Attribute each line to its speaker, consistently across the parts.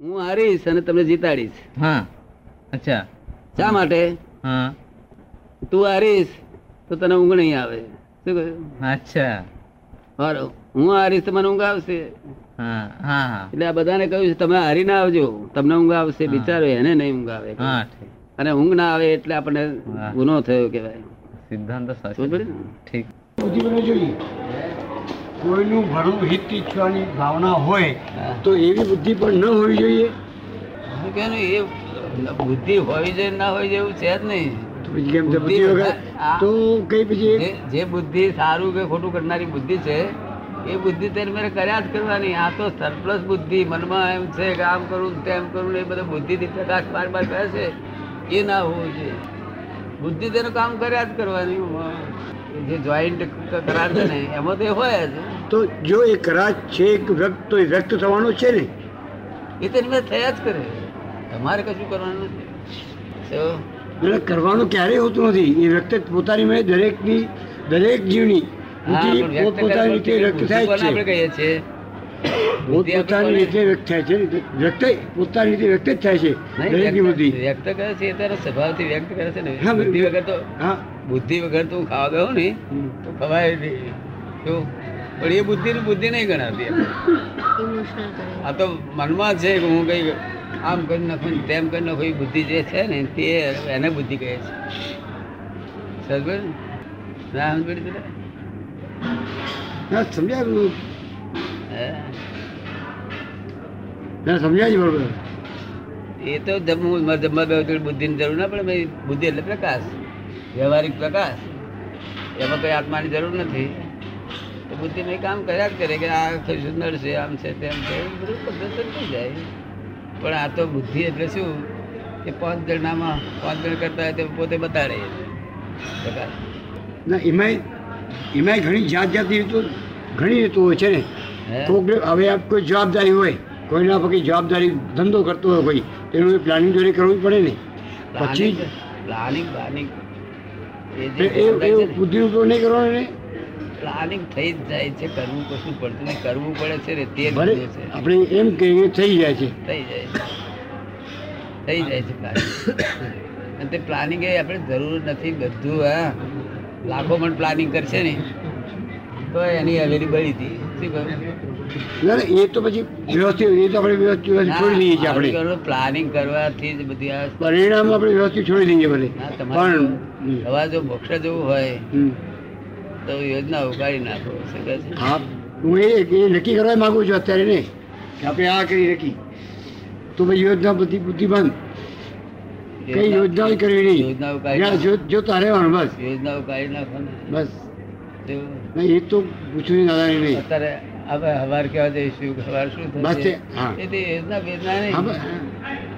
Speaker 1: હું હારીશ અને તમને જીતાડીશ
Speaker 2: હા અચ્છા
Speaker 1: શા માટે
Speaker 2: હા
Speaker 1: તું હારીશ તો તને ઊંઘ નહીં આવે શું કહ્યું
Speaker 2: અચ્છા
Speaker 1: હારો હું હારીશ તો મને ઊંઘ આવશે
Speaker 2: હા હા હા
Speaker 1: એટલે આ બધાને કહ્યું છે તમે હારી ના આવજો તમને ઊંઘ આવશે
Speaker 2: હા.
Speaker 1: બિચારો એને નહીં ઊંઘ આવે
Speaker 2: હા ઠીક
Speaker 1: અને ઊંઘ ના આવે એટલે આપણને
Speaker 2: વાહ.
Speaker 1: ગુનો થયો કહેવાય
Speaker 2: સિદ્ધાંત
Speaker 1: સમજ
Speaker 2: સાચો
Speaker 1: પડી ને?
Speaker 2: ઠીક
Speaker 3: ઉજવવું જોઈએ કોઈનું ભલું હિત ઈચ્છવાની ભાવના હોય
Speaker 1: હા.
Speaker 3: તો એવી બુદ્ધિ પણ ન હોવી જોઈએ
Speaker 1: હું કહું ને, એ બુદ્ધિ હોવી જોઈએ ના હોય એવું છે જ નહીં
Speaker 3: તો પછી કેમ છે?
Speaker 1: બુદ્ધિ
Speaker 3: બુદ્ધિ વગર
Speaker 1: આ-
Speaker 3: તો કઈ પછી
Speaker 1: જે
Speaker 3: એક
Speaker 1: જે બુદ્ધિ સારું કે ખોટું કરનારી બુદ્ધિ છે એ બુદ્ધિ તેને મેરે કર્યા જ કરવાની આ તો સરપ્લસ બુદ્ધિ મનમાં એમ છે કે આમ કરું તેમ કરું એ બધા બુદ્ધિથી પ્રકાશ પાર પાર કરે છે એ ના હોવું જોઈએ બુદ્ધિ તેનું કામ કર્યા જ કરવાની જે જોઈન્ટ કરાર છે ને એમાં તો એ હોય જ
Speaker 3: તો જો એ કરાર છે એક વ્યક્ત તો એ વ્યક્ત થવાનો છે ને
Speaker 1: એ તેની મેરે થયા જ કરે તમારે કશું કરવાનું નથી તો
Speaker 3: એટલે કરવાનું ક્યારેય હોતું નથી એ વ્યક્ત પોતાની મેળે દરેકની દરેક જીવની
Speaker 1: હા,
Speaker 3: બુદ્ધિ
Speaker 1: પણ વ્યક્ત
Speaker 3: પોતપોતાની
Speaker 1: કરવાની
Speaker 3: રીતે વ્યક્ત
Speaker 1: બુદ્ધિ કોને
Speaker 3: થાય જ
Speaker 1: આપણે
Speaker 3: છે
Speaker 1: કહીએ છીએ બુદ્ધિ આપણે
Speaker 3: પોતપોતાની
Speaker 1: કોને-
Speaker 3: રીતે વ્યક્ત થાય છે વ્યક્ત પોતાની રીતે વ્યક્ત જ થાય છે
Speaker 1: નહીં,
Speaker 3: દરેકની
Speaker 1: વ્યક્ત
Speaker 3: બુદ્ધિ
Speaker 1: વ્યક્ત કરે છે એ તારા સ્વભાવથી વ્યક્ત કરે છે ને
Speaker 3: હા,
Speaker 1: બુદ્ધિ વગર તો
Speaker 3: હા
Speaker 1: બુદ્ધિ વગર તું ખાવા ગયો ને
Speaker 3: હમ.
Speaker 1: તો ખવાય નહીં જો પણ એ બુદ્ધિ બુદ્ધિ નહીં ગણાતી આ તો મનમાં છે કે હું કઈ આમ કરી નાખું ને તેમ કરી નાખું એ બુદ્ધિ જે છે ને તે એને બુદ્ધિ કહે છે સમજ પડી ને? ના સમજ પડી તને?
Speaker 3: ના સમજાય
Speaker 1: હે?
Speaker 3: ના સમજાય છે બરોબર
Speaker 1: એ તો જમવું મારે જમવા બે વખતે બુદ્ધિની જરૂર ના પડે ભાઈ બુદ્ધિ એટલે પ્રકાશ વ્યવહારિક પ્રકાશ એમાં કોઈ આત્માની જરૂર નથી તો બુદ્ધિ મેં કામ કર્યા જ કરે કે આ કશું નડશે આમ છે તેમ છે એવું બધું પદ્ધતિ થઈ જાય પણ આ તો બુદ્ધિ એટલે શું કે પાંચ જણામાં પાંચ જણ કરતા હોય તો પોતે બતાડે પ્રકાશ
Speaker 3: ના એમાંય એમાંય ઘણી જાત જાતની રીતો ઘણી રીતો હોય છે ને
Speaker 1: હે?
Speaker 3: કોક ને- હવે આપ કોઈ જવાબદારી હોય કોઈના પગે જવાબદારી ધંધો કરતો હોય કોઈ તેનું પ્લાનિંગ જોડે કરવું પડે ને પછી જ-
Speaker 1: પ્લાનિંગ પ્લાનિંગ એ
Speaker 3: એ
Speaker 1: જે
Speaker 3: એ- એ બુદ્ધિનો ઉપયોગ નહીં કરવાનો ને
Speaker 1: પ્લાનિંગ થઈ જ જાય છે કરવું કશું પડતું નહીં કરવું પડે છે ને તે
Speaker 3: ભલે
Speaker 1: બધું છે
Speaker 3: આપણે એમ કહીએ કે થઈ જાય છે
Speaker 1: થઈ જાય છે થઈ જાય છે પ્લાનિંગ અને તે પ્લાનિંગ એ આપણે જરૂર નથી બધું હા લાખો પણ પ્લાનિંગ કરશે ને તો એની અવેલેબલ હતી શું કહ્યું
Speaker 3: ના ના એ તો પછી વ્યવસ્થિત એ તો આપણે વ્યવસ્થિત વ્યવસ્થિત છોડી દઈએ છીએ આપણે
Speaker 1: પ્લાનિંગ કરવાથી જ બધી આ
Speaker 3: પરિણામ આપણે વ્યવસ્થિત છોડી દઈએ ભલે
Speaker 1: ના, તમારે
Speaker 3: પણ
Speaker 1: જો હવા જો મોક્ષ જવું હોય
Speaker 3: હમ.
Speaker 1: તો યોજના ઉગાડી નાખો શું કહે છે
Speaker 3: હા હું એ એ નક્કી કરવા માગું છું અત્યારે ને કે આપણે આ કરી નક્કી તો ભાઈ યોજના બધી બુદ્ધિમાન કઈ
Speaker 1: યોજના
Speaker 3: યોજના કરવી નહીં
Speaker 1: યોજના
Speaker 3: જ્યાં
Speaker 1: ઉગાડી
Speaker 3: જો જોતા રહેવાનું બસ
Speaker 1: યોજના ઉગાડી નાખો ને
Speaker 3: બસ
Speaker 1: તો
Speaker 3: નહીં એ તો પૂછવું નહીં દાદાને નહીં
Speaker 1: અત્યારે હવે હવાર કેવા જઈશું હવાર શું
Speaker 3: બસ
Speaker 1: થશે
Speaker 3: તે- હા.
Speaker 1: એ તે યોજના બેજના નહીં.
Speaker 3: હા, બસ.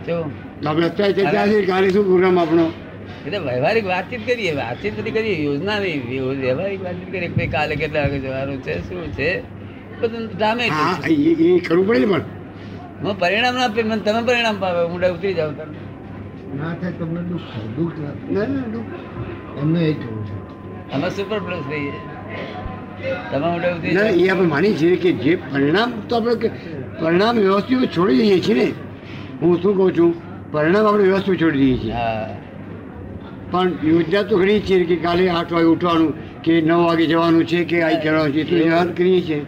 Speaker 1: જો
Speaker 3: તો આપણે અત્યારે ચર્ચા છે કાલે શું પ્રોગ્રામ આપણો
Speaker 1: એટલે વ્યવહારિક વાતચીત કરીએ વાતચીત નથી કરીએ યોજના નહીં વ્ય- વ્યવહારિક વાતચીત કરીએ કે ભાઈ કાલે કેટલા વાગે જવાનું છે શું છે બધું જામે છે.
Speaker 3: હા એ એ કરવું પડે ને પણ
Speaker 1: હું પરિણામ ના આપે મને તમે પરિણામ પાવે હું ઊંડા ઉતરી જાઉં તમે
Speaker 3: ના થાય તમને દુઃખ થાય દુઃખ ના ના દુઃખ એમને એ જોવું છે
Speaker 1: અમે સુપર પ્લસ રહીએ તમે ઊંડા ઉતરી
Speaker 3: ના
Speaker 1: જાઓ
Speaker 3: એ આપણે માનીએ છીએ કે જે પરિણામ તો આપણે કે- પરિણામ વ્યવસ્થિત છોડી દઈએ છીએ ને હું શું કહું છું પરિણામ આપણે વ્યવસ્થિત છોડી દઈએ છીએ
Speaker 1: હા
Speaker 3: પણ યોજના તો ઘણી છે કે કાલે આઠ વાગે ઉઠવાનું કે નવ વાગે જવાનું છે કે આ કરવાનું છે એટલું વ્યવહાર કરીએ છીએ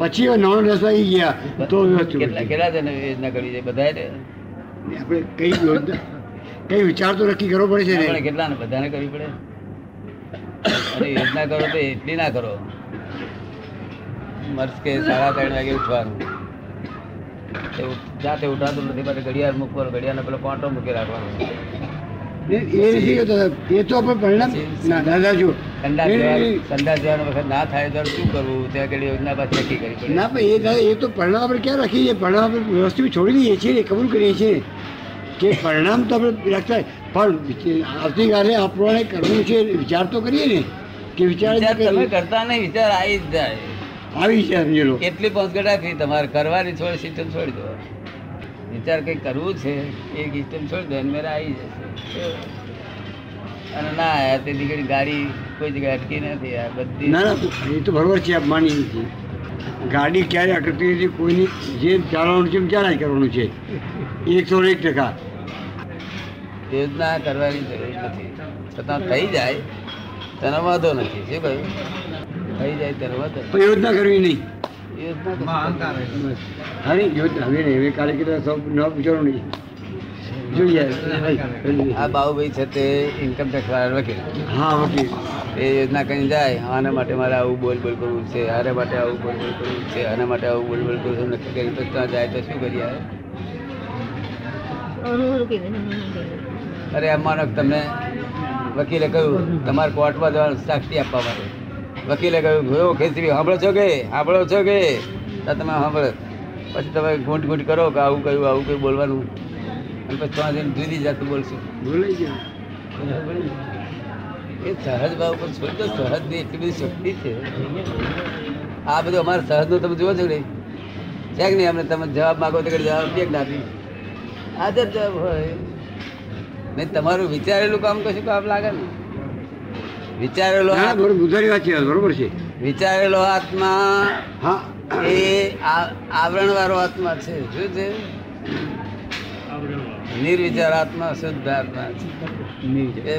Speaker 3: પછી હવે નવ દસ વાગી ગયા તો વ્યવસ્થિત
Speaker 1: કેટલા કેટલા જણે યોજના કરવી છે બધાએ
Speaker 3: આપણે કઈ યોજના કઈ વિચાર તો નક્કી કરવો પડે છે
Speaker 1: આપણે
Speaker 3: ને
Speaker 1: કેટલાને બધાને કરવી પડે અને યોજના કરો તો એટલી ના કરો મર્સ કે સાડા ત્રણ વાગે ઉઠવાનું તે ઉઠ- જાતે ઉઠાતું નથી માટે ઘડિયાળ મૂકવાનું ઘડિયાળને પેલો કોંટો મૂકી રાખવાનો
Speaker 3: એ એ નથી હોતા. એ તો આપણે પરિણામ ના દાદા જો
Speaker 1: સંડા
Speaker 3: એ-
Speaker 1: જવાનું
Speaker 3: એ-
Speaker 1: સંડા જવાનું વખત ના થાય તો શું કરવું ત્યાં આગળ યોજના પાસે નક્કી કરવી પડે
Speaker 3: ના પણ એ દાદા એ તો પરિણામ આપણે ક્યાં રાખીએ છીએ પરિણામ આપણે વ્યવસ્થિત છોડી દઈએ છીએ ને કબૂલ કરીએ છીએ કે પરિણામ તો આપણે રાખતા જ. પણ આવતીકાલે આપણે કરવું છે વિચાર તો કરીએ ને કે વિચાર
Speaker 1: વિચાર
Speaker 3: જ
Speaker 1: તમે
Speaker 3: કરીએ.
Speaker 1: કરતા નહીં વિચાર આવી જ જાય
Speaker 3: આવી છે સમજી લો
Speaker 1: એટલી પહોંચગટ રાખી તમારે કરવાની છોડી સિસ્ટમ છોડી દો વિચાર કંઈ કરવું છે એ સિસ્ટમ છોડી દો અને મેરે આવી જશે અને ના આયા તે દીકરી ગાડી કોઈ જગ્યાએ અટકી નથી આ બધી
Speaker 3: ના ના એ તો બરોબર છે આપ માની લીધી. ગાડી ક્યારે અકળતી નથી કોઈની જે ચાલવાનું છે એમ ક્યારે કરવાનું છે એકસો એક ટકા
Speaker 1: યોજના કરવાની જરૂર નથી છતાં થઈ જાય તેનો વાંધો નથી શું કહ્યું થઈ જાય તેનો વાંધો
Speaker 3: પણ યોજના કરવી નહીં
Speaker 1: નથી. યોજના કશું
Speaker 3: બસ. હા નહીં યોજના હવે નહીં હવે કાર્યકર્તા સૌ ન વિચારવું નહીં જોઈએ
Speaker 1: નથી. આ બાહુભાઈ છે તે ઇન્કમ ટેક્સ વાળા વકીલ
Speaker 3: હા ઓકે
Speaker 1: એ યોજના કરીને જાય આના માટે મારે આવું બોલ બોલ કરવું છે આના માટે આવું બોલ બોલ કરવું છે આના માટે આવું બોલ બોલ કરવું છે નક્કી કરી તો ત્યાં જાય તો શું કરી આવે અરે અમાનક તમને વકીલે કહ્યું તમારે કોર્ટમાં જવાનું સાક્ષી આપવા માટે વકીલે કહ્યું ગયો ખેંચવી સાંભળો છો કે સાંભળો છો કે તો તમે સાંભળો પછી તમે ઘૂંટ ઘૂંટ કરો કે આવું કહ્યું આવું કંઈ બોલવાનું અને પછી ત્યાં જઈને જુદી જાતું બોલશું
Speaker 3: ભૂલાઈ ગયા
Speaker 1: એ સહજ ભાવ પર છોડી દો સહજની એટલી બધી શક્તિ છે આ બધું અમારા સહજનું તમે જુઓ છો કે નહીં છે કે નહીં અમને તમે જવાબ માગો તો કે જવાબ આપીએ કે ના આપીએ આદર જવાબ હોય નહીં તમારું વિચારેલું કામ કશું કામ લાગે ને વિચારેલો
Speaker 3: ના,
Speaker 1: આ-
Speaker 3: બરોબર બુધારી વાત છે બરોબર છે
Speaker 1: વિચારેલો આત્મા
Speaker 3: હા
Speaker 1: એ આવરણ વાળો આત્મા છે શું છે નિર્વિચાર આત્મા શુદ્ધ આત્મા છે એ